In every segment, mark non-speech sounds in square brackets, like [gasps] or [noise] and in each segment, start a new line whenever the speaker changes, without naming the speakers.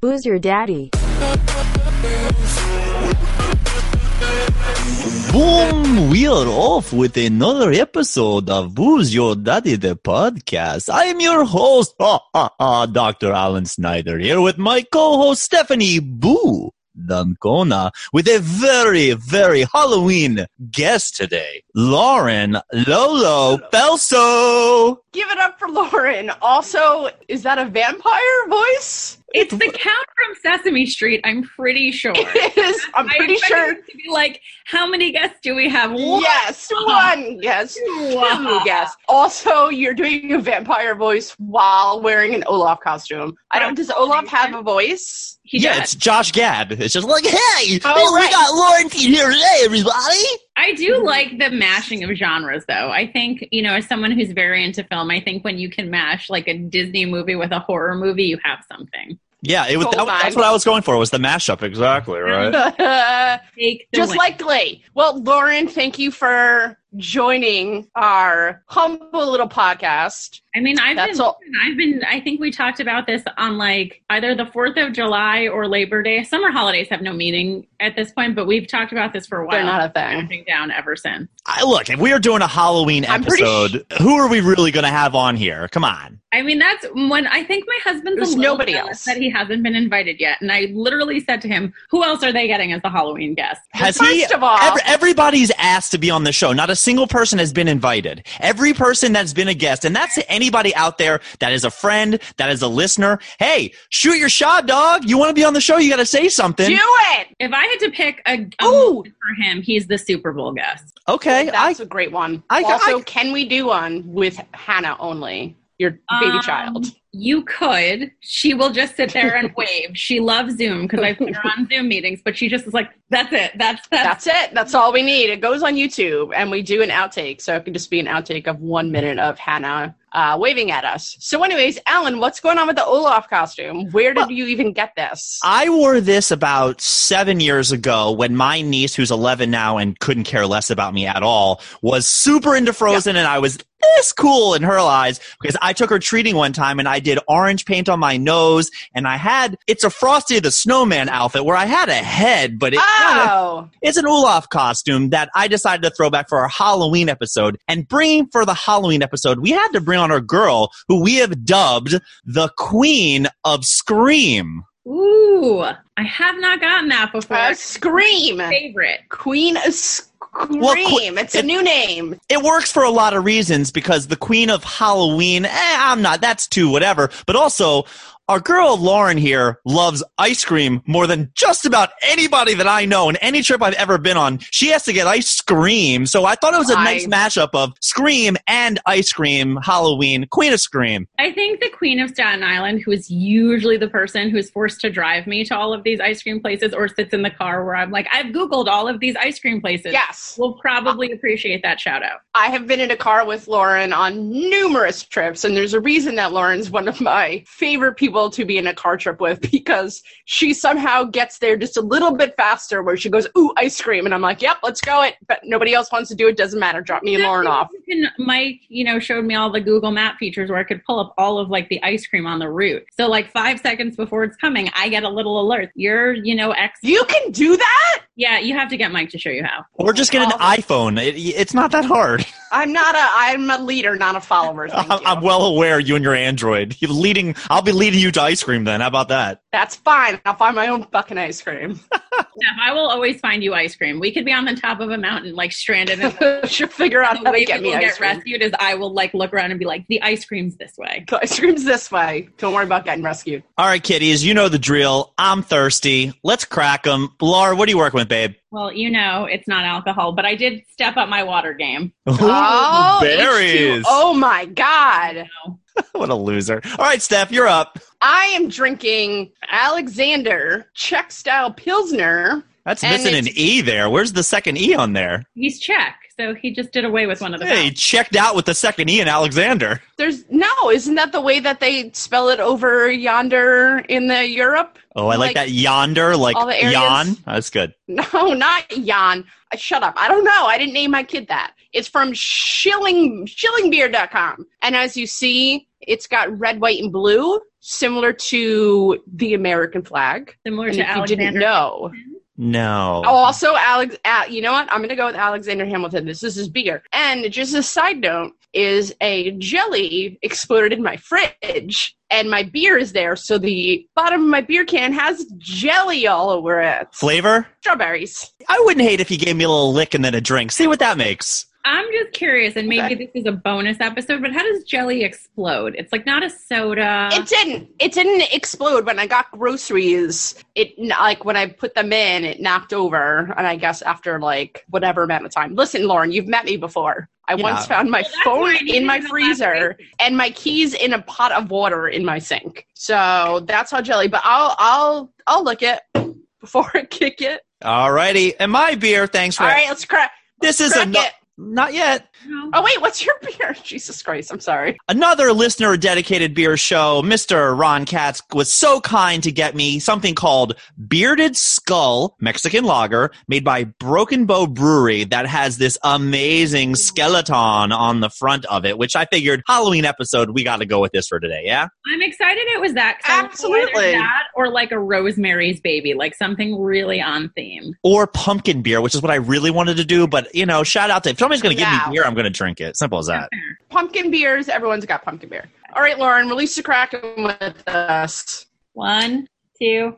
Who's your daddy?
Boom! We are off with another episode of Who's Your Daddy the podcast. I am your host, ha, ha, ha, Dr. Alan Snyder, here with my co-host Stephanie Boo Dancona, with a very, very Halloween guest today, Lauren Lolo Pelso.
Give it up for Lauren. Also, is that a vampire voice? [laughs]
It's the count from Sesame Street, I'm pretty sure.
It is. I'm [laughs]
I
pretty
expected
sure.
it to be like, how many guests do we have? One.
Yes, one guess, two
Wow.
guess. Also, you're doing a vampire voice while wearing an Olaf costume. I don't. Does Olaf have a voice?
He
yeah,
does.
it's Josh Gad. It's just like, hey,
Oh,
hey, we
right.
got Lauren here today, everybody.
I
Mhm.
do like the mashing of genres, though. I think, you know, as someone who's very into film, I think when you can mash like a Disney movie with a horror movie, you have something.
Yeah, it was.
Gold
That, that's
mine.
what I was going for. Was the mashup exactly right?
Take
[laughs]
the
Just
win.
like Glee. Well, Lauren, thank you for joining our humble little podcast.
I mean, I've
That's
been,
all-
I've been, I think we talked about this on like either the 4th of July or Labor Day. Summer holidays have no meaning at this point, but we've talked about this for a while.
They're not a thing.
Counting down ever since.
I, look, if we are doing a Halloween
I'm pretty
episode, who are we really going to have on here? Come on.
I mean, that's when I think my husband's
There's
a little
nobody
jealous
else.
that he hasn't been invited yet, and I literally said to him, "Who else are they getting as the Halloween guest?"
Has he?
First of all,
ev- everybody's asked to be on the show. Not a single person has been invited. Every person that's been a guest, and that's anybody out there that is a friend, that is a listener. Hey, shoot your shot, dog. You want to be on the show? You got to say something.
do it.
If I had to pick a, a
Ooh.
moment for him, he's the Super Bowl guest.
okay, I
That's a great one.
I-
also,
I-
can we do one with Hannah only, your baby
Um,
child?
You could. She will just sit there
[laughs]
and wave. She loves Zoom because I put her on Zoom meetings, but she just is like, "That's it. That's that's."
That's it. That's all we need. It goes on YouTube, and we do an outtake, so it can just be an outtake of one minute of Hannah uh, waving at us. So, anyways, Alan, what's going on with the Olaf costume? Where did
Well-
you even get this?
I wore this about seven years ago when my niece, who's 11 now and couldn't care less about me at all, was super into Frozen and I was this cool in her eyes because I took her treating one time and I did orange paint on my nose and I had, it's a Frosty the Snowman outfit where I had a head, but it kinda-
oh,
it's an Olaf costume that I decided to throw back for our Halloween episode. And bringing for the Halloween episode, we had to bring on our girl who we have dubbed the Queen of Scream.
Ooh, I have not gotten that before.
uh, scream,
Favorite.
Queen of Scream.
Well, qu-
it's a
it-
new name.
it works for a lot of reasons because the queen of Halloween, eh, I'm not, that's too whatever. But also, our girl Lauren here loves ice cream more than just about anybody that I know. And any trip I've ever been on, she has to get ice cream. So I thought it was a
I-
nice mashup of Scream and ice cream, Halloween, Queen of Scream.
I think the queen of Staten Island, who is usually the person who's forced to drive me to all of these ice cream places or sits in the car where I'm like, I've Googled all of these ice cream places,
Yes,
will probably appreciate that shout out.
I have been in a car with Lauren on numerous trips, and there's a reason that Lauren's one of my favorite people to be in a car trip with because she somehow gets there just a little bit faster where she goes, Ooh, ice cream. And I'm like, Yep, let's go it. But nobody else wants to do it. Doesn't matter. Drop me and Lauren off.
You can- Mike, you know, showed me all the Google Map features where I could pull up all of like the ice cream on the route. So like five seconds before it's coming, I get a little alert. You're, you know, X.
You can do that?
Yeah, you have to get Mike to show you how.
Or just get an
Wow.
iPhone. It, it's not that hard.
I'm not a I'm a leader, not a follower. Thank
I'm,
you.
I'm well aware you and your Android. You're leading, I'll be leading you to ice cream then. How about that?
That's fine. I'll find my own fucking ice cream. [laughs]
Steph, I will always find you ice cream. We could be on the top of a mountain, like stranded
[laughs]
in
She'll figure out
And the
how to
way
get
people
me ice
get
cream.
rescued is I will like look around and be like, the ice cream's this way.
The [laughs] Ice cream's this way. Don't worry about getting rescued.
All right, kiddies, you know the drill. I'm thirsty. Let's crack 'em. Laura, what are you working with, babe?
Well, you know, it's not alcohol, but I did step up my water game.
oh, H2O. Oh my god.
So
What a loser. All right, Steph, you're up.
I am drinking Alexander Czech style Pilsner.
That's
And
missing an
it's-
E there. Where's the second E on there?
he's Czech, so he just did away with one of the
Hey, checked out with the second E in Alexander.
There's no, isn't that the way that they spell it over yonder in the Europe? [laughs]
Oh, I like,
Like,
that yonder, like
all the areas-
yawn. Oh, That's good.
No, not Jan. Uh, Shut up. I don't know. I didn't name my kid that. It's from shilling shillingbeer.com. And as you see, It's got red, white, and blue, similar to the American flag.
Similar
And
to
if you
Alexander.
didn't know,
No.
Oh, also Alex, Al- you know what? I'm gonna go with Alexander Hamilton. This this is bigger. And just a side note is a jelly exploded in my fridge, and my beer is there, so the bottom of my beer can has jelly all over it.
Flavor?
Strawberries.
I wouldn't hate if you gave me a little lick and then a drink. See what that makes.
I'm just curious, and
Okay.
maybe this is a bonus episode, but how does jelly explode? It's like not a soda.
it didn't. It didn't explode when I got groceries. It kn- like when I put them in, it knocked over, and I guess after like whatever amount of time. Listen, Lauren, you've met me before. I
Yeah.
once found my
Well, that's why I
phone
needed
in my
an
freezer.
elaboration.
and my keys in a pot of water in my sink. So that's how jelly. But I'll I'll I'll lick it before [laughs] I kick it.
All righty. And my beer, thanks for
All right, let's crack.
This is a
crack
no-
it.
not yet.
No.
Oh wait, what's your [laughs] beer? Jesus Christ, I'm sorry.
Another listener dedicated beer show, Mr. Ron Katz, was so kind to get me something called Bearded Skull Mexican Lager made by Broken Bow Brewery that has this amazing skeleton on the front of it, which I figured Halloween episode, we got to go with this for today. Yeah.
I'm excited it was that. 'cause I was either
Absolutely.
That or like a Rosemary's Baby, like something really on theme.
Or pumpkin beer, which is what I really wanted to do. But, you know, shout out to if somebody's going to give
Yeah.
me beer, I'm going to drink it. Simple as that.
Pumpkin beers. Everyone's got pumpkin beer. All right, Lauren, release the kraken with us.
One, two,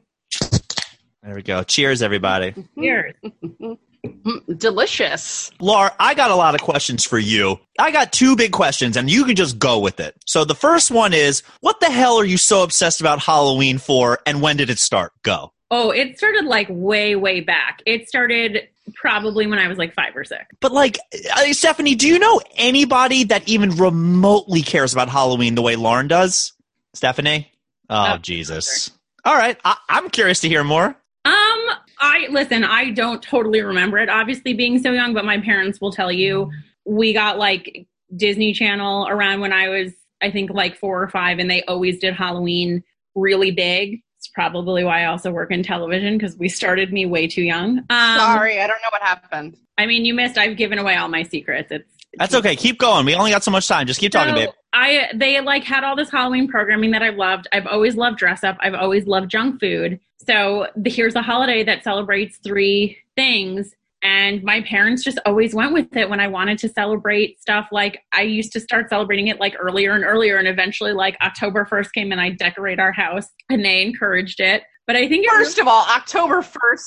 There we go. Cheers, everybody.
Hmm.
cheers.
Mm, Delicious.
Laura, I got a lot of questions for you. I got two big questions, and you can just go with it. So the first one is, what the hell are you so obsessed about Halloween for, and when did it start? Go.
Oh, it started like way, way back. It started probably when I was like five or six.
But like, uh, Stephanie, do you know anybody that even remotely cares about Halloween the way Lauren does? Stephanie? Oh,
Oh,
Jesus. All right, I- I'm curious to hear more.
Um, I listen, I don't totally remember it obviously being so young, but my parents will tell you we got like Disney Channel around when I was I think like 4 or 5 and they always did Halloween really big. It's probably why I also work in television cuz we started me way too young. Um
Sorry, I don't know what happened.
I mean, you missed I've given away all my secrets. It's
That's okay. Keep going. We only got so much time. Just keep talking,
so
babe.
I they like had all this Halloween programming that I've loved. I've always loved dress up. I've always loved junk food. So the, here's a holiday that celebrates three things. And my parents just always went with it when I wanted to celebrate stuff. Like I used to start celebrating it like earlier and earlier, and eventually like October first came and I decorate our house, and they encouraged it. But I think it really-
First of all, October first.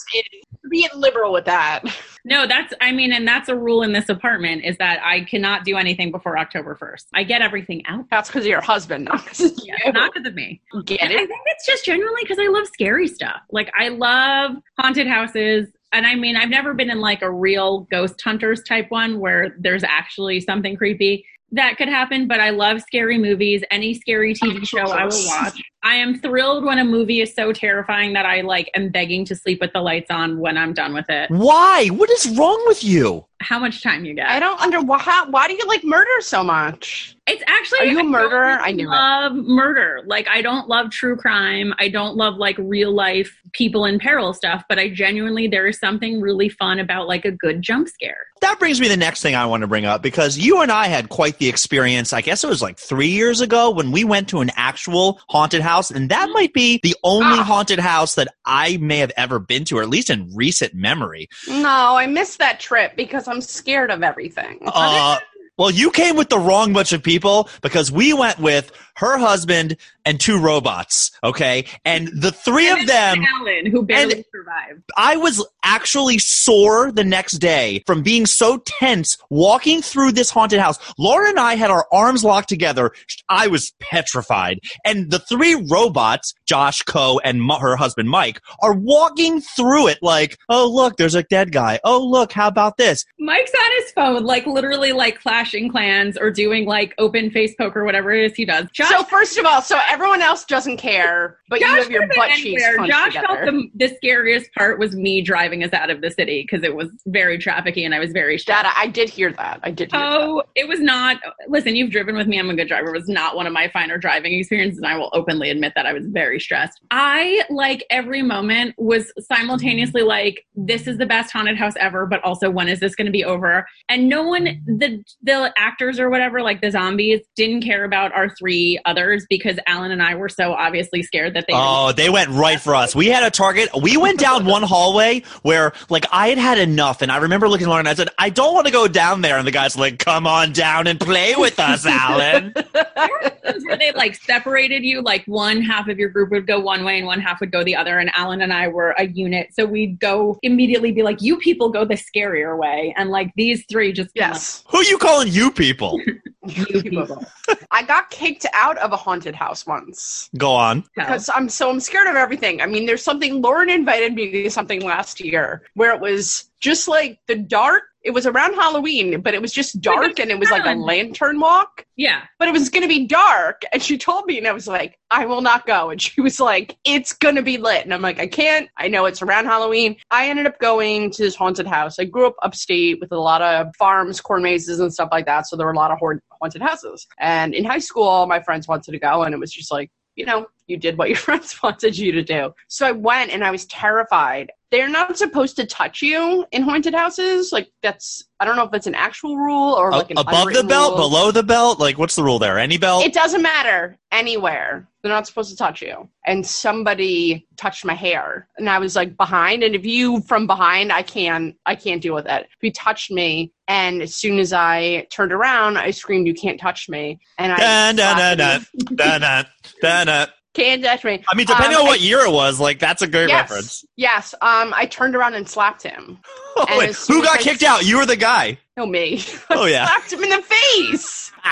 Being liberal with that.
No, that's I mean, and that's a rule in this apartment is that I cannot do anything before October first. I get everything out.
That's because of your husband, not because of you.
Not because of me.
Get
I
it?
think [laughs] it's just generally because I love scary stuff. Like I love haunted houses. And I mean, I've never been in like a real ghost hunters type one where there's actually something creepy that could happen, but I love scary movies. Any scary TV show I will watch. I am thrilled when a movie is so terrifying that I like am begging to sleep with the lights on when I'm done with it.
Why? What is wrong with you?
How much time you get?
I don't under why, how- why do you like murder so much?
It's actually.
Are you a
I don't
murderer? I knew it.
love murder. Like I don't love true crime. I don't love like real life people in peril stuff. But I genuinely there is something really fun about like a good jump scare.
That brings me to the next thing I want to bring up because you and I had quite the experience. I guess it was like three years ago when we went to an actual haunted house, and that might be the only
Ah.
haunted house that I may have ever been to, or at least in recent memory.
No, I missed that trip because I'm scared of everything.
Uh, well, you came with the wrong bunch of people because we went with her husband and two robots, okay? And the three of
And
them
Alan, who barely survived.
I was actually sore the next day from being so tense walking through this haunted house. Laura and I had our arms locked together. I was petrified. And the three robots, Josh, Co, and Mu- her husband Mike, are walking through it like, oh, look, there's a dead guy. Oh, look, how about this?
Mike's on his phone, like literally like clashing clans or doing like open face poker, whatever it is he does. Josh,
so first of all, so everyone else doesn't care, but you
Josh
have your
could've been
butt cheeks
anywhere.
punched
Josh
together.
felt the, the scariest part was me driving us out of the city because it was very trafficky and I was very stressed.
That I did hear that. I did. Hear
Oh, it was not. Listen, you've driven with me. I'm a good driver. It was not one of my finer driving experiences, and I will openly admit that I was very stressed. I like every moment was simultaneously like, "This is the best haunted house ever," but also, when is this going to be over? And no one, the the actors or whatever, like the zombies, didn't care about our three the others because Alan and I were so obviously scared that they.
Oh, they went right for us. We had a target. We went down one hallway where, like, I had had enough, and I remember looking along and I said, "I don't want to go down there." And the guys like, "Come on down and play with us, Alan."
Sometimes where they like separated you like one half of your group would go one way and one half would go the other and alan and i were a unit so we'd go immediately be like you people go the scarier way and like these three just
yes.
Who you calling you people?
you people.
[laughs] I got kicked out of a haunted house once
Go on.
because I'm so I'm scared of everything. I mean, there's something Lauren invited me to something last year where it was just like the dark. It was around Halloween, but it was just dark and it was like a lantern walk.
yeah
But it was going to be dark, and she told me, and I was like, I will not go. And she was like, It's going to be lit, and I'm like, I can't. I know it's around Halloween. I ended up going to this haunted house. I grew up upstate with a lot of farms, corn mazes, and stuff like that. So there were a lot of hor- haunted houses. And in high school, all my friends wanted to go, and it was just like you know, you did what your [laughs] friends wanted you to do. So I went and I was terrified. They're not supposed to touch you in haunted houses. Like that's I don't know if that's an actual rule or like an
A- above the
unwritten
belt,
rule.
below the belt. Like, what's the rule there? Any belt?
It doesn't matter anywhere. They're not supposed to touch you. And somebody touched my hair, and I was like behind. And if you from behind, I can I can't deal with it. He touched me, and as soon as I turned around, I screamed, "You can't touch me!" And I
Dun, dun, dun,
slapped him.
Dun, dun, dun, dun.
can't touch me.
I mean, depending
Um,
on what year it was, like that's a great
yes,
reference. [laughs]
Yes. Um, I turned around and slapped him.
Oh, wait,
as soon
who
as
got
I-
kicked out? You were the guy.
No, me.
[laughs]
[laughs]
Oh yeah.
slapped him in
[laughs]
the face. [laughs]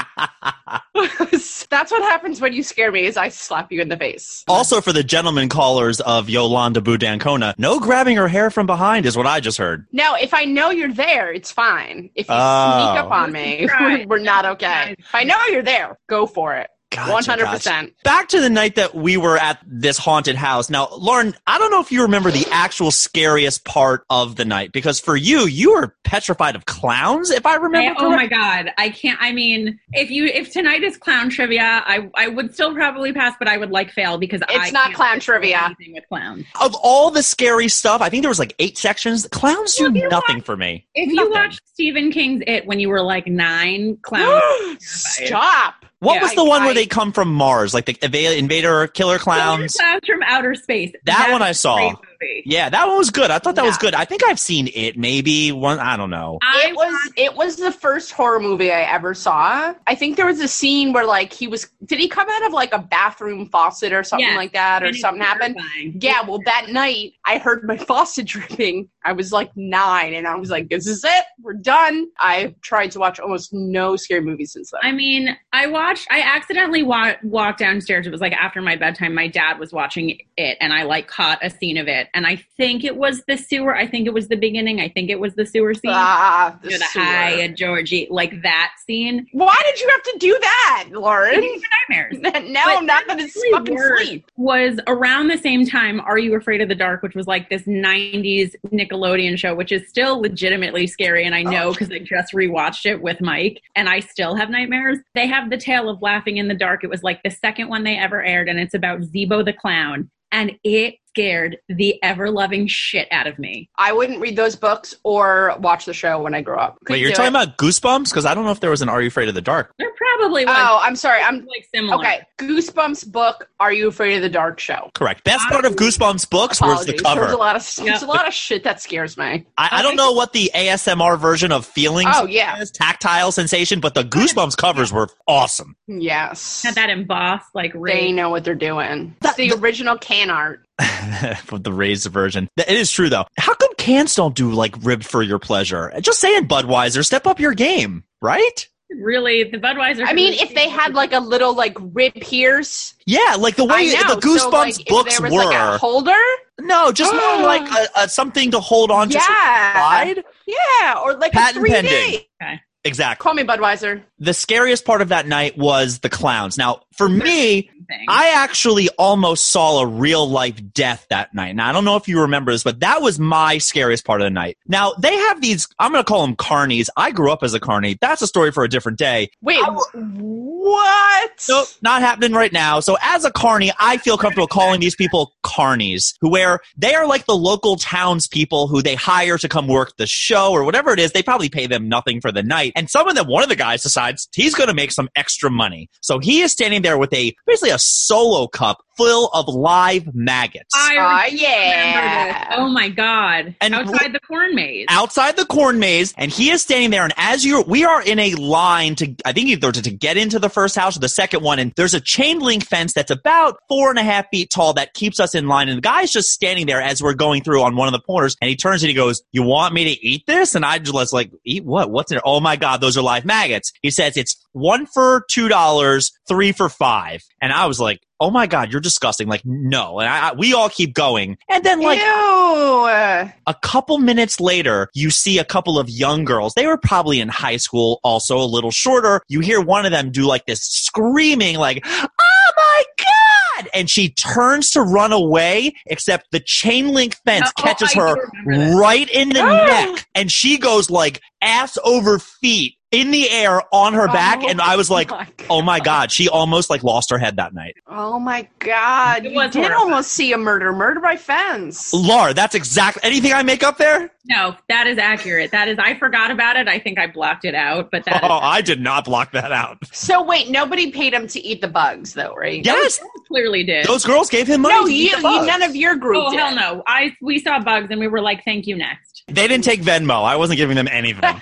That's what happens when you scare me. Is I slap you in the face.
Also, for the gentleman callers of Yolanda Budancona, no grabbing her hair from behind is what I just heard.
No, if I know you're there, it's fine. If you
Oh.
sneak up on me, [laughs] we're, we're not okay. If I know you're there, go for it.
Gotcha,
One hundred
gotcha.
percent.
Back to the night that we were at this haunted house. Now, Lauren, I don't know if you remember the actual scariest part of the night because for you, you were petrified of clowns, if I remember.
I- oh
correctly.
my god i can't i mean if you if tonight is clown trivia i i would still probably pass but i would like fail because
It's
I
not
can't
clown
do
trivia.
anything with clowns
of all the scary stuff, I think there was like eight sections. Clowns do
Well, if you
nothing for me.
if you
Nothing.
watched stephen king's it when you were like nine
[gasps]
clowns
Stop.
What
Yeah,
was
I-
the one where
I-
they come from Mars, like the eva- invader killer [gasps] clowns?
clowns from outer space
That one I
That's a
saw.
great movie.
Yeah, that one was good. I thought that was
Yeah.
good. I think I've seen it maybe one. I don't know.
I
it was it was the first horror movie I ever saw. I think there was a scene where like he was did he come out of like a bathroom faucet or something
Yes,
like that or
and it's
something happened?
terrifying.
Yeah, well that night I heard my [laughs] faucet dripping. I was like 9 and I was like this is it. We're done. I've tried to watch almost no scary movies since then.
I mean, I watched. I accidentally wa- walked downstairs. It was like after my bedtime. My dad was watching it, and I like caught a scene of it. And I think it was the sewer. I think it was the beginning. I think it was the sewer scene.
ah, the
You know, the
sewer.
hi, uh, Georgie, like that scene.
Why did you have to do that, Lauren?
These are nightmares.
now [laughs] I'm not going to
really
fucking
worse.
sleep.
was around the same time Are You Afraid of the Dark, which was like this 90s Nickelodeon show, which is still legitimately scary. And I
Oh.
know because I just rewatched it with Mike and I still have nightmares. They have The Tale of Laughing in the Dark. It was like the second one they ever aired, and it's about Zebo the Clown. And it scared the ever loving shit out of me.
I wouldn't read those books or watch the show when I grow up.
Wait,
Couldn't
you're
do
talking
it.
about Goosebumps? Because I don't know if there was an Are You Afraid of the Dark.
There probably was
Oh, I'm sorry. I'm
like similar.
Okay, Goosebumps book. Are you afraid of the dark? Show.
Correct. Best part of Goosebumps books was the
Um, Apologies. There's
cover.
a lot of there's a
Yeah.
lot of shit that scares me.
I, I don't know what the ASMR version of feelings
Oh yeah,
is, tactile sensation, but the Goosebumps covers were awesome.
yes.
Had that embossed, like,
They
really.
know what they're doing.
That-
the
the-
original can art.
[laughs] With the raised version. Th- It is true, though. How come cans don't do like rib for your pleasure? Just saying, Budweiser, step up your game, right?
Really, the Budweiser.
I mean, if they had like a little like rib pierce,
Yeah, like the way
I know.
the Goosebumps
so, like, if
books
there was,
were.
like, a holder.
no, just
[gasps]
more like a, a, something to hold on to. so
yeah,
wide.
yeah, or like a
Patent
three
pending.
D.
Exactly.
Call me Budweiser.
the scariest part of that night was the clowns. Now, for me,
anything.
I actually almost saw a real life death that night. Now, I don't know if you remember this, but that was my scariest part of the night. Now, they have these, I'm going to call them carnies. I grew up as a carny. That's a story for a different day.
Wait, Oh, what?
Nope, not happening right now. So as a carny, I feel comfortable calling these people carnies, who where they are like the local townspeople who they hire to come work the show or whatever it is. They probably pay them nothing for the night. And some of them, one of the guys decides he's going to make some extra money. So he is standing there with a basically a solo cup full of live maggots.
Aw,
I remember this.
Ah, yeah.
Oh my god!
And
outside the corn maze.
outside the corn maze and he is standing there and as you're we are in a line to i think either to, to get into the first house or the second one and there's a chain link fence that's about four and a half feet tall that keeps us in line and the guy's just standing there as we're going through on one of the corners and he turns and he goes you want me to eat this and i just was like eat what what's in it oh my god those are live maggots he says it's one for two dollars three for five and i was like oh my god you're disgusting like no and I, I we all keep going and
Oh
then like
Ew.
a couple minutes later, you see a couple of young girls. They were probably in high school, also a little shorter. You hear one of them do like this screaming, like, oh my God! And she turns to run away, except the chain link fence
Oh,
catches
I do
her
remember this.
right in the
Ah.
neck. And she goes like ass over feet in the air on her back.
Oh
And I was like,
my
oh my God, she almost like lost her head that night.
Oh my god.
It
You
was
did
horrifying.
almost see a murder. Murder by fence.
Laura, that's exactly anything I make up there?
No, that is accurate. That is. I forgot about it. I think I blocked it out. But that.
Oh, I did not block that out.
So wait, nobody paid him to eat the bugs though, right?
Yes,
I clearly did.
Those girls gave him money.
No,
to eat
you,
the
you
bugs.
none of your group.
Oh
did.
hell no! I we saw bugs and we were like, "Thank you, next."
They didn't take Venmo. I wasn't giving them anything.
[laughs]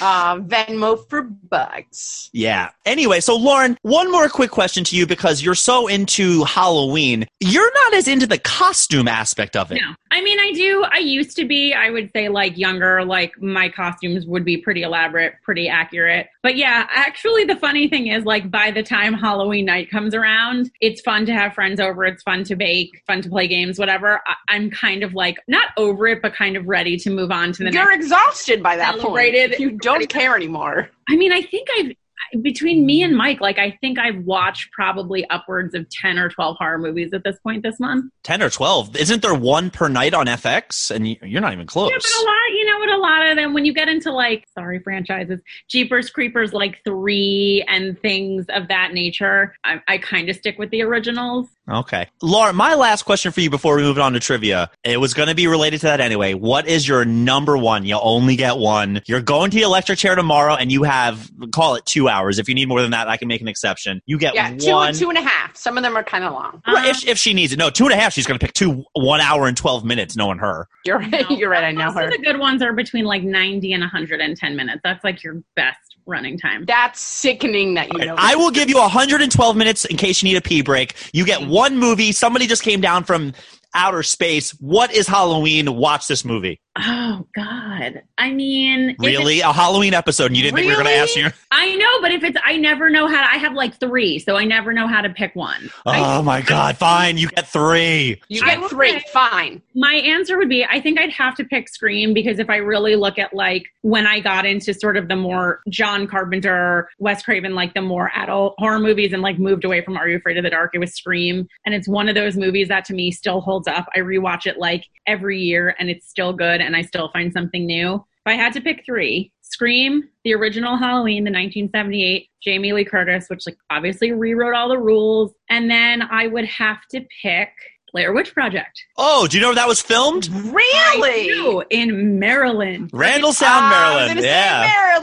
Uh, Venmo for bugs.
yeah. Anyway, so Lauren, one more quick question to you because you're so into Halloween. You're not as into the costume aspect of it.
No, I mean I do. I used to be. I would say like younger. Like my costumes would be pretty elaborate, pretty accurate. But yeah, actually, the funny thing is, like by the time Halloween night comes around, it's fun to have friends over. It's fun to bake, fun to play games, whatever. I- I'm kind of like not over it, but kind of ready to move on to the next.
You're exhausted by that point.
Celebrated.
You don't care anymore.
I mean, I think I've between me and Mike, like I think I've watched probably upwards of ten or twelve horror movies at this point this month.
10 or 12. Isn't there one per night on FX? And you- you're not even close.
Yeah, but a lot, you know, what a lot of them when you get into like sorry franchises, Jeepers Creepers, like three and things of that nature, I, I kind of stick with the originals.
okay. Laura, my last question for you before we move on to trivia. It was going to be related to that anyway. What is your number one? You only get one. You're going to the electric chair tomorrow and you have, call it two hours. If you need more than that, I can make an exception. You get
Yeah, two
one.
two and a half. Some of them are kind of long.
Well,
Um,
if, if she needs it, no, two and a half. She's going to pick two, one hour and twelve minutes, knowing her.
You're right.
no.
You're right. I know
Most of
her.
the good ones are between like ninety and hundred and ten minutes. That's like your best running time.
That's sickening that you know.
I will give you 112 minutes in case you need a pee break. You get
Mm-hmm.
one movie. Somebody just came down from outer space. What is Halloween? Watch this movie.
Oh God, I mean, if it's-
Really, a Halloween episode? And you didn't think we were going to ask you?
[laughs]
I know, but if it's, I never know how. I have like three, so I never know how to pick one.
Oh my god! Fine, you get three.
You
I
get
will
three.
say-
Fine.
My answer would be I think I'd have to pick Scream because if I really look at like when I got into sort of the more John Carpenter, Wes Craven, like the more adult horror movies and like moved away from Are You Afraid of the Dark, it was Scream. And it's one of those movies that to me still holds up. I rewatch it like every year and it's still good and I still find something new. If I had to pick three, Scream, the original Halloween, the 1978, Jamie Lee Curtis, which like obviously rewrote all the rules. And then I would have to pick Blair Witch Project.
Oh, do you know where that was filmed?
Mm-hmm. Really?
I do, in Maryland.
Randall
Ah,
Sound,
I was
Maryland.
gonna say
Yeah.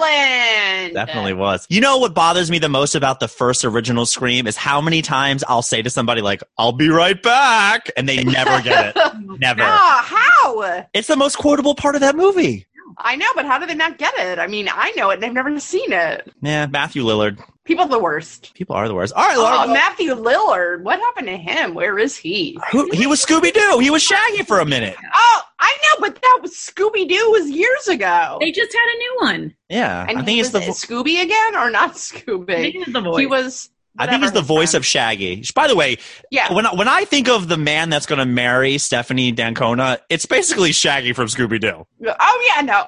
Maryland.
Definitely was. You know what bothers me the most about the first original Scream is how many times I'll say to somebody like, "I'll be right back," and they never
[laughs]
get it. Never.
Ah, how?
It's the most quotable part of that movie.
I know, but how do they not get it? I mean, I know it, and I've never seen it.
Yeah, Matthew Lillard.
People are the worst.
People are the worst. All right, Laura.
Oh, Matthew Lillard. What happened to him? Where is he?
who, he was Scooby Doo. He was Shaggy for a minute.
Oh, I know, but that was Scooby Doo was years ago.
They just had a new one.
Yeah,
and
I think
he
it's the.
was Scooby again or not
I think
Scooby?
it was the
He
voice.
was
I think
Whatever
it's the
his
voice
friend-
of Shaggy. By the way,
Yeah.
when I, when I think of the man that's going to marry Stephanie Dancona, it's basically Shaggy from Scooby Doo.
Oh yeah, no,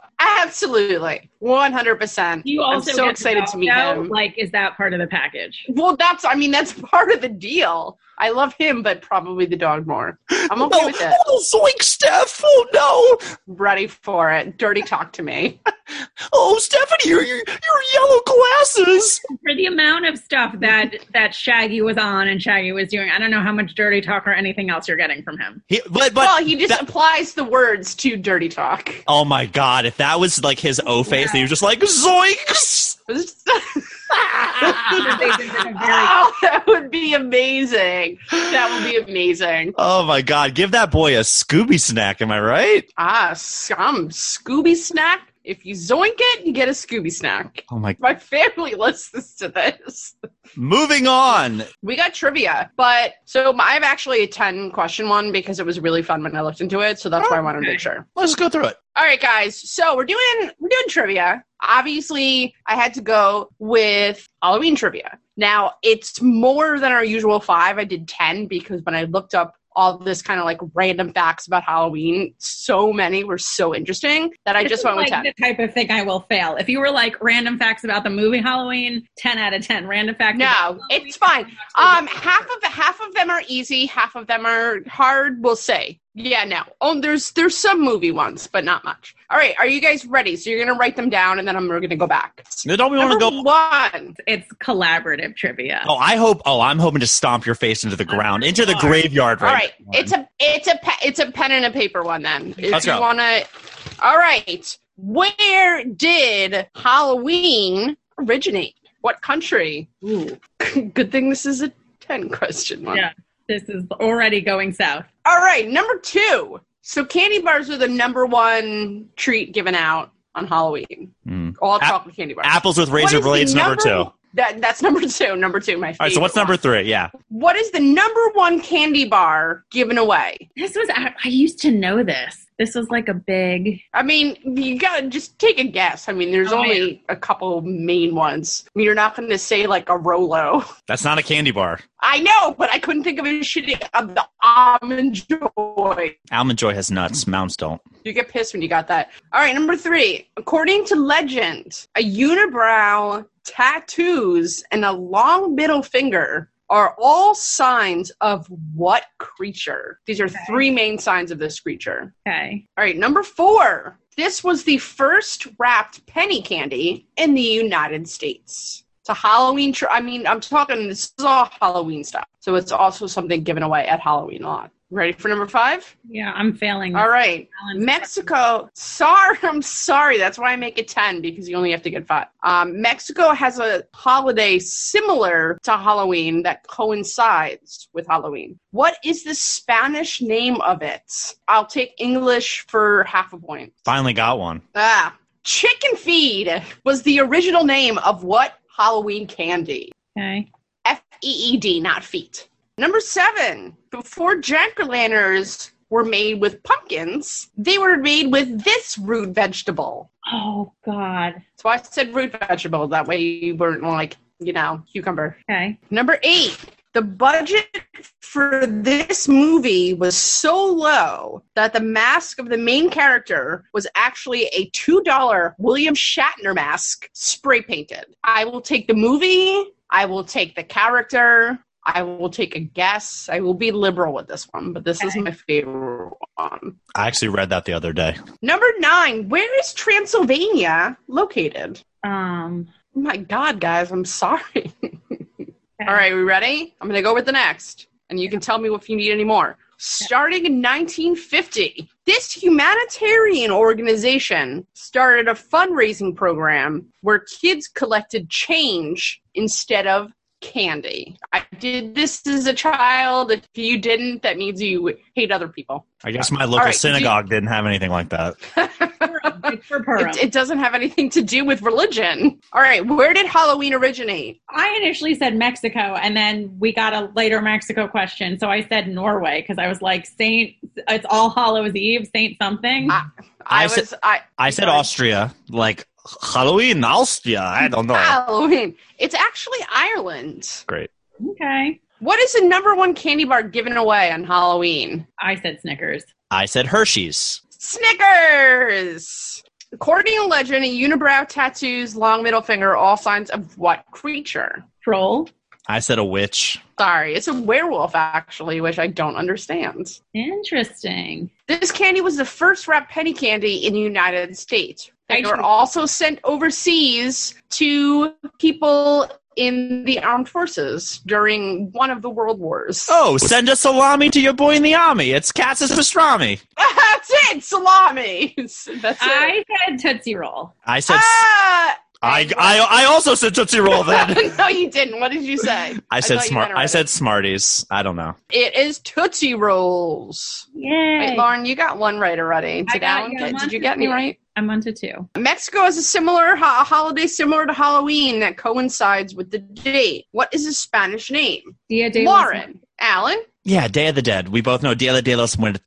absolutely, one hundred percent.
You
I'm
also
so
get
excited to meet
Falco,
him.
Like, is that part of the package?
Well, that's I mean that's [laughs] part of the deal. I love him, but probably the dog more. I'm okay
no, [laughs]
with it.
Oh, Zoink, Steph! Oh no!
Ready for it? Dirty talk to me.
Oh, Stephanie, your your, your yellow glasses!
For the amount of stuff that that Shaggy was on and Shaggy was doing, I don't know how much dirty talk or anything else you're getting from him.
He- but but
well, he just
that-
applies the words to dirty talk. [laughs]
oh my god, if that was like his O face, and he was just like Zoinks!
oh, that would be amazing. That would be amazing.
Oh my god, give that boy a Scooby snack. Am I right?
Ah, some Scooby snack. If you zoink it, you get a Scooby snack.
Oh my.
My family [laughs] listens to this.
Moving on.
We got trivia, but so I have actually a 10 question one because it was really fun when I looked into it. So that's why I wanted to make sure.
Let's go through it.
All right, guys. So we're doing we're doing trivia. Obviously, I had to go with Halloween trivia. Now it's more than our usual five. I did ten because when I looked up all this kind of like random facts about Halloween, so many were so interesting that [laughs] I
This
just
is
went with
like
ten.
the type of thing I will fail. If you were like random facts about the movie Halloween, ten out of ten. Random facts.
No,
about Halloween,
it's fine.
random facts about-
Um, half of half of them are easy, half of them are hard. We'll say, yeah, no. Oh, there's there's some movie ones, but not much. All right, are you guys ready? So you're gonna write them down, and then I'm we're gonna go back.
No, Don't we want to
Number
go?
one.
It's collaborative trivia.
Oh, I hope. Oh, I'm hoping to stomp your face into the ground, into the
All right.
graveyard.
All
Right.
right,
now.
it's a it's a pe- it's a pen and a paper one then. If
Let's
you
go.
wanna, all right. Where did Halloween originate? What country?
Ooh,
[laughs] Good thing this is a ten question one.
Yeah. this is already going south.
All right, number two. So candy bars are the number one treat given out on Halloween.
Mm.
All
Ap-
chocolate candy bars.
Apples with
What
razor
is the
blades, number two. All
That, that's number two. Number two, my favorite.
right, so what's number three? Yeah.
What is the number one candy bar given away?
This was I I used to know this. This was like a big.
I mean, you gotta just take a guess. I mean, there's
Oh,
only a couple main ones. I mean, you're not gonna say like a Rolo. [laughs]
That's not a candy bar.
I know, but I couldn't think of a shitty of the almond joy.
Almond Joy has nuts. Mounds don't.
You get pissed when you got that. All right, number three. According to legend, a unibrow, tattoos, and a long middle finger are all signs of what creature? These are three main signs of this creature.
Okay.
All right, number four. This was the first wrapped penny candy in the United States. It's a Halloween. Tr- I mean, I'm talking. This is all Halloween stuff. So it's also something given away at Halloween a lot. Ready for number five?
Yeah, I'm failing.
All right.
Alan's-
Mexico, sorry, I'm sorry. That's why I make it 10 because you only have to get five. Um, Mexico has a holiday similar to Halloween that coincides with Halloween. What is the Spanish name of it? I'll take English for half a point.
Finally got one.
Ah, chicken feed was the original name of what Halloween candy?
Okay.
F E E D, not feet. Number seven, before jack o' lanterns were made with pumpkins, they were made with this root vegetable.
Oh God.
So I said root vegetable, that way you weren't like, you know, cucumber.
Okay.
Number eight, the budget for this movie was so low that the mask of the main character was actually a $2 William Shatner mask spray painted. I will take the movie, I will take the character. I will take a guess. I will be liberal with this one, but this is my favorite one.
I actually read that the other day.
Number nine, where is Transylvania located?
Um.
Oh my God, guys, I'm sorry.
okay.
All right, we ready? I'm going to go with the next, and you can tell me if you need any more. Starting in 1950, this humanitarian organization started a fundraising program where kids collected change instead of candy. I did this as a child. If you didn't, that means you hate other people. [laughs]
I guess my local
right, did
synagogue didn't have anything like that.
Purim, [laughs] like for Purim.
It, it doesn't have anything to do with religion. All right, where did Halloween originate?
I initially said Mexico, and then we got a later Mexico question, so I said Norway because I was like Saint. It's All Hallows Eve, Saint something.
Ah, I,
I
was
said-
I
I said
Sorry.
Austria, like Halloween, Austria. I don't know.
Halloween. It's actually Ireland.
Great.
Okay.
What is the number one candy bar given away on Halloween?
I said Snickers.
I said Hershey's.
Snickers! According to legend, unibrow tattoos, long middle finger, all signs of what creature?
Troll.
I said a witch.
Sorry, it's a werewolf, actually, which I don't understand.
Interesting.
This candy was the first wrapped penny candy in the United States. They were
Actually-
also sent overseas to people in the armed forces during one of the world wars.
Oh, send a salami to your boy in the army. It's Katz's pastrami.
That's it, salami. [laughs] That's it.
I said Tootsie Roll.
I said. s-
ah!
I, I I also said Tootsie Roll.
[laughs]
Then
no, you didn't. What did you say?
I said
thought you
smart.
had
I
already.
said Smarties. I don't know.
It is Tootsie Rolls.
Yay.
Wait, Lauren, you got one right already.
I
Did,
got-
Alan
yeah,
get,
one,
did you
two,
get any
three.
right?
I'm on to two.
Mexico has a similar ho- holiday similar to Halloween that coincides with the date. What is the Spanish name?
Dia de los-
Lauren. Alan?
Yeah, Day of the Dead. We both know Dia de los Muertes.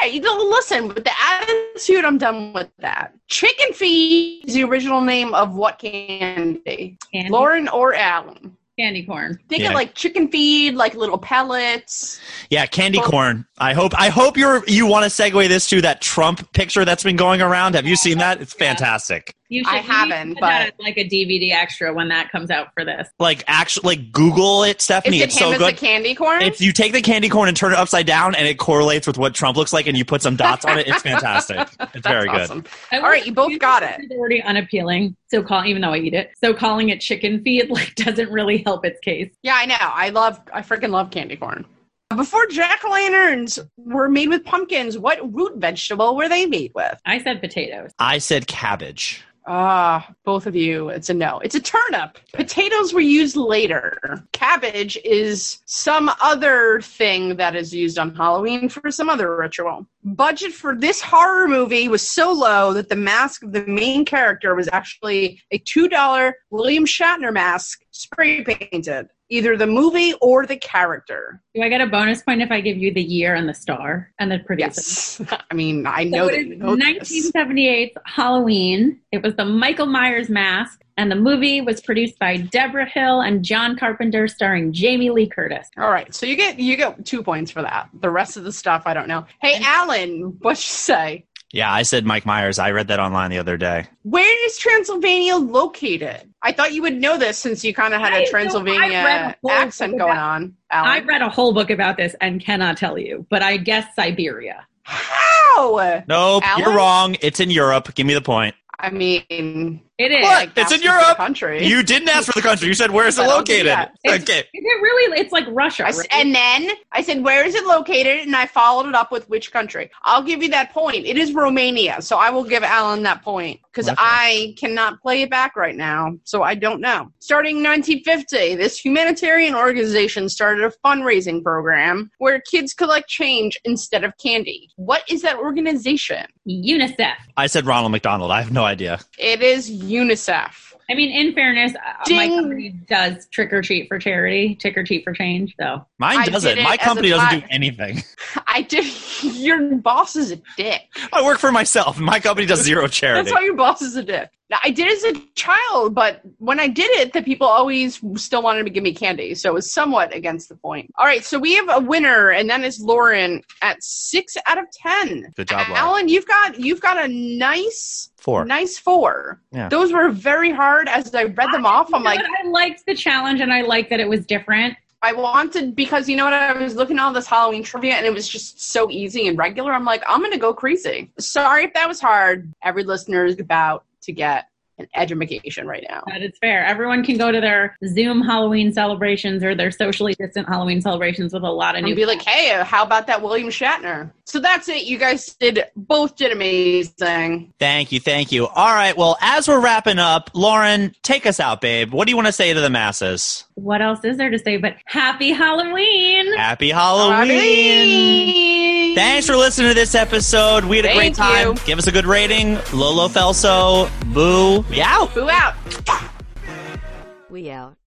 Hey, you don't listen, with the attitude, I'm done with that. Chicken feet is the original name of what candy?
Candy,
Lauren or Alan?
candy corn.
Think
Yeah.
of like chicken feed, like little pellets.
Yeah, candy
Well-
corn. I hope I hope you're you want to segue this to that Trump picture that's been going around. Have you seen that? It's
Yeah.
fantastic.
You
I
should you
haven't,
should put
but-
that as, like a DVD extra when that comes out for this.
Like actually like Google it,
Is
Stephanie.
it
it's
him
so
as a
good.
candy corn?
If you take the candy corn and turn it upside down and it correlates with what Trump looks like and you put some dots on it, it's
[laughs]
fantastic. It's very good.
awesome.
I
All
will-
right, you both got it.
It's already unappealing. So call even though I eat it. So calling it chicken feed [laughs] like doesn't really help its case.
Yeah, I know. I love, I freaking love candy corn. Before jack o' lanterns were made with pumpkins, what root vegetable were they made with?
I said potatoes.
I said cabbage.
Ah, both of you. It's a no. It's a turnip. Potatoes were used later. Cabbage is some other thing that is used on Halloween for some other ritual. Budget for this horror movie was so low that the mask of the main character was actually a $2 William Shatner mask spray painted, either the movie or the character.
Do I get a bonus point if I give you the year and the star and the producer?
Yes. [laughs] I mean, I
So
know that
it
you
is
know this.
1978's Halloween. It was the Michael Myers mask, and the movie was produced by Deborah Hill and John Carpenter, starring Jamie Lee Curtis.
All right, so you get you get two points for that. The rest of the stuff I don't know. Hey, Alan, what you say?
Yeah, I said Mike Myers. I read that online the other day.
Where is Transylvania located? I thought you would know this since you kind of had a
I know, I read
Transylvania
a whole
accent
book
going
about-
on,
I
Alan.
read a whole book about this and cannot tell you, but I guess Siberia.
How?
Nope, you're
Alan?
wrong. It's in Europe. Give me the point.
I mean,
It is.
What?
like
It's
half
in
the
Europe.
Country.
You didn't ask for the country. You said where is it
I don't do
located?
that.
It's-
Okay.
Is it really? It's like Russia.
I s-
right?
and then I said, "Where is it located?" And I followed it up with which country. I'll give you that point. It is Romania, so I will give Alan that point because
Okay.
I cannot play it back right now, so I don't know. Starting 1950, this humanitarian organization started a fundraising program where kids collect change instead of candy. What is that organization?
UNICEF.
I said Ronald McDonald. I have no idea.
It is UNICEF.
I mean, in fairness, uh, my
Ding.
company does trick or treat for charity, trick or treat for change, though.
Mine
I
doesn't.
did it
My
as a
company doesn't do
child.
anything. [laughs]
I did. [laughs] Your boss is a dick.
I work for myself. My company does zero charity.
That's why your boss is a dick. Now, I did it as a child, but when I did it, the people always still wanted to give me candy, so it was somewhat against the point. All right, so we have a winner, and that is Lauren at six out of ten.
Good job, Lauren.
Alan. You've got you've got a nice
Four.
nice four.
Yeah.
Those were very hard. As I read them off, I'm
You know
like,
what? I liked the challenge and I liked that it was different.
I wanted because you know what I was looking at all this Halloween trivia and it was just so easy and regular. I'm like, I'm gonna go crazy. Sorry if that was hard. Every listener is about to get an edumacation right now.
That is fair. Everyone can go to their Zoom Halloween celebrations or their socially distant Halloween celebrations with a lot of
And
new.
you'd be like, hey, uh, how about that William Shatner? So that's it. You guys did both did amazing.
Thank you. Thank you. All right. Well, as we're wrapping up, Lauren, take us out, babe. What do you want to say to the masses?
what else is there to say? But happy Halloween!
Happy Halloween.
Halloween.
Thanks for listening to this episode. We had a great
Thank
time.
you.
Give us a good rating. Lolo Felso. Boo. We out.
Boo out.
We out.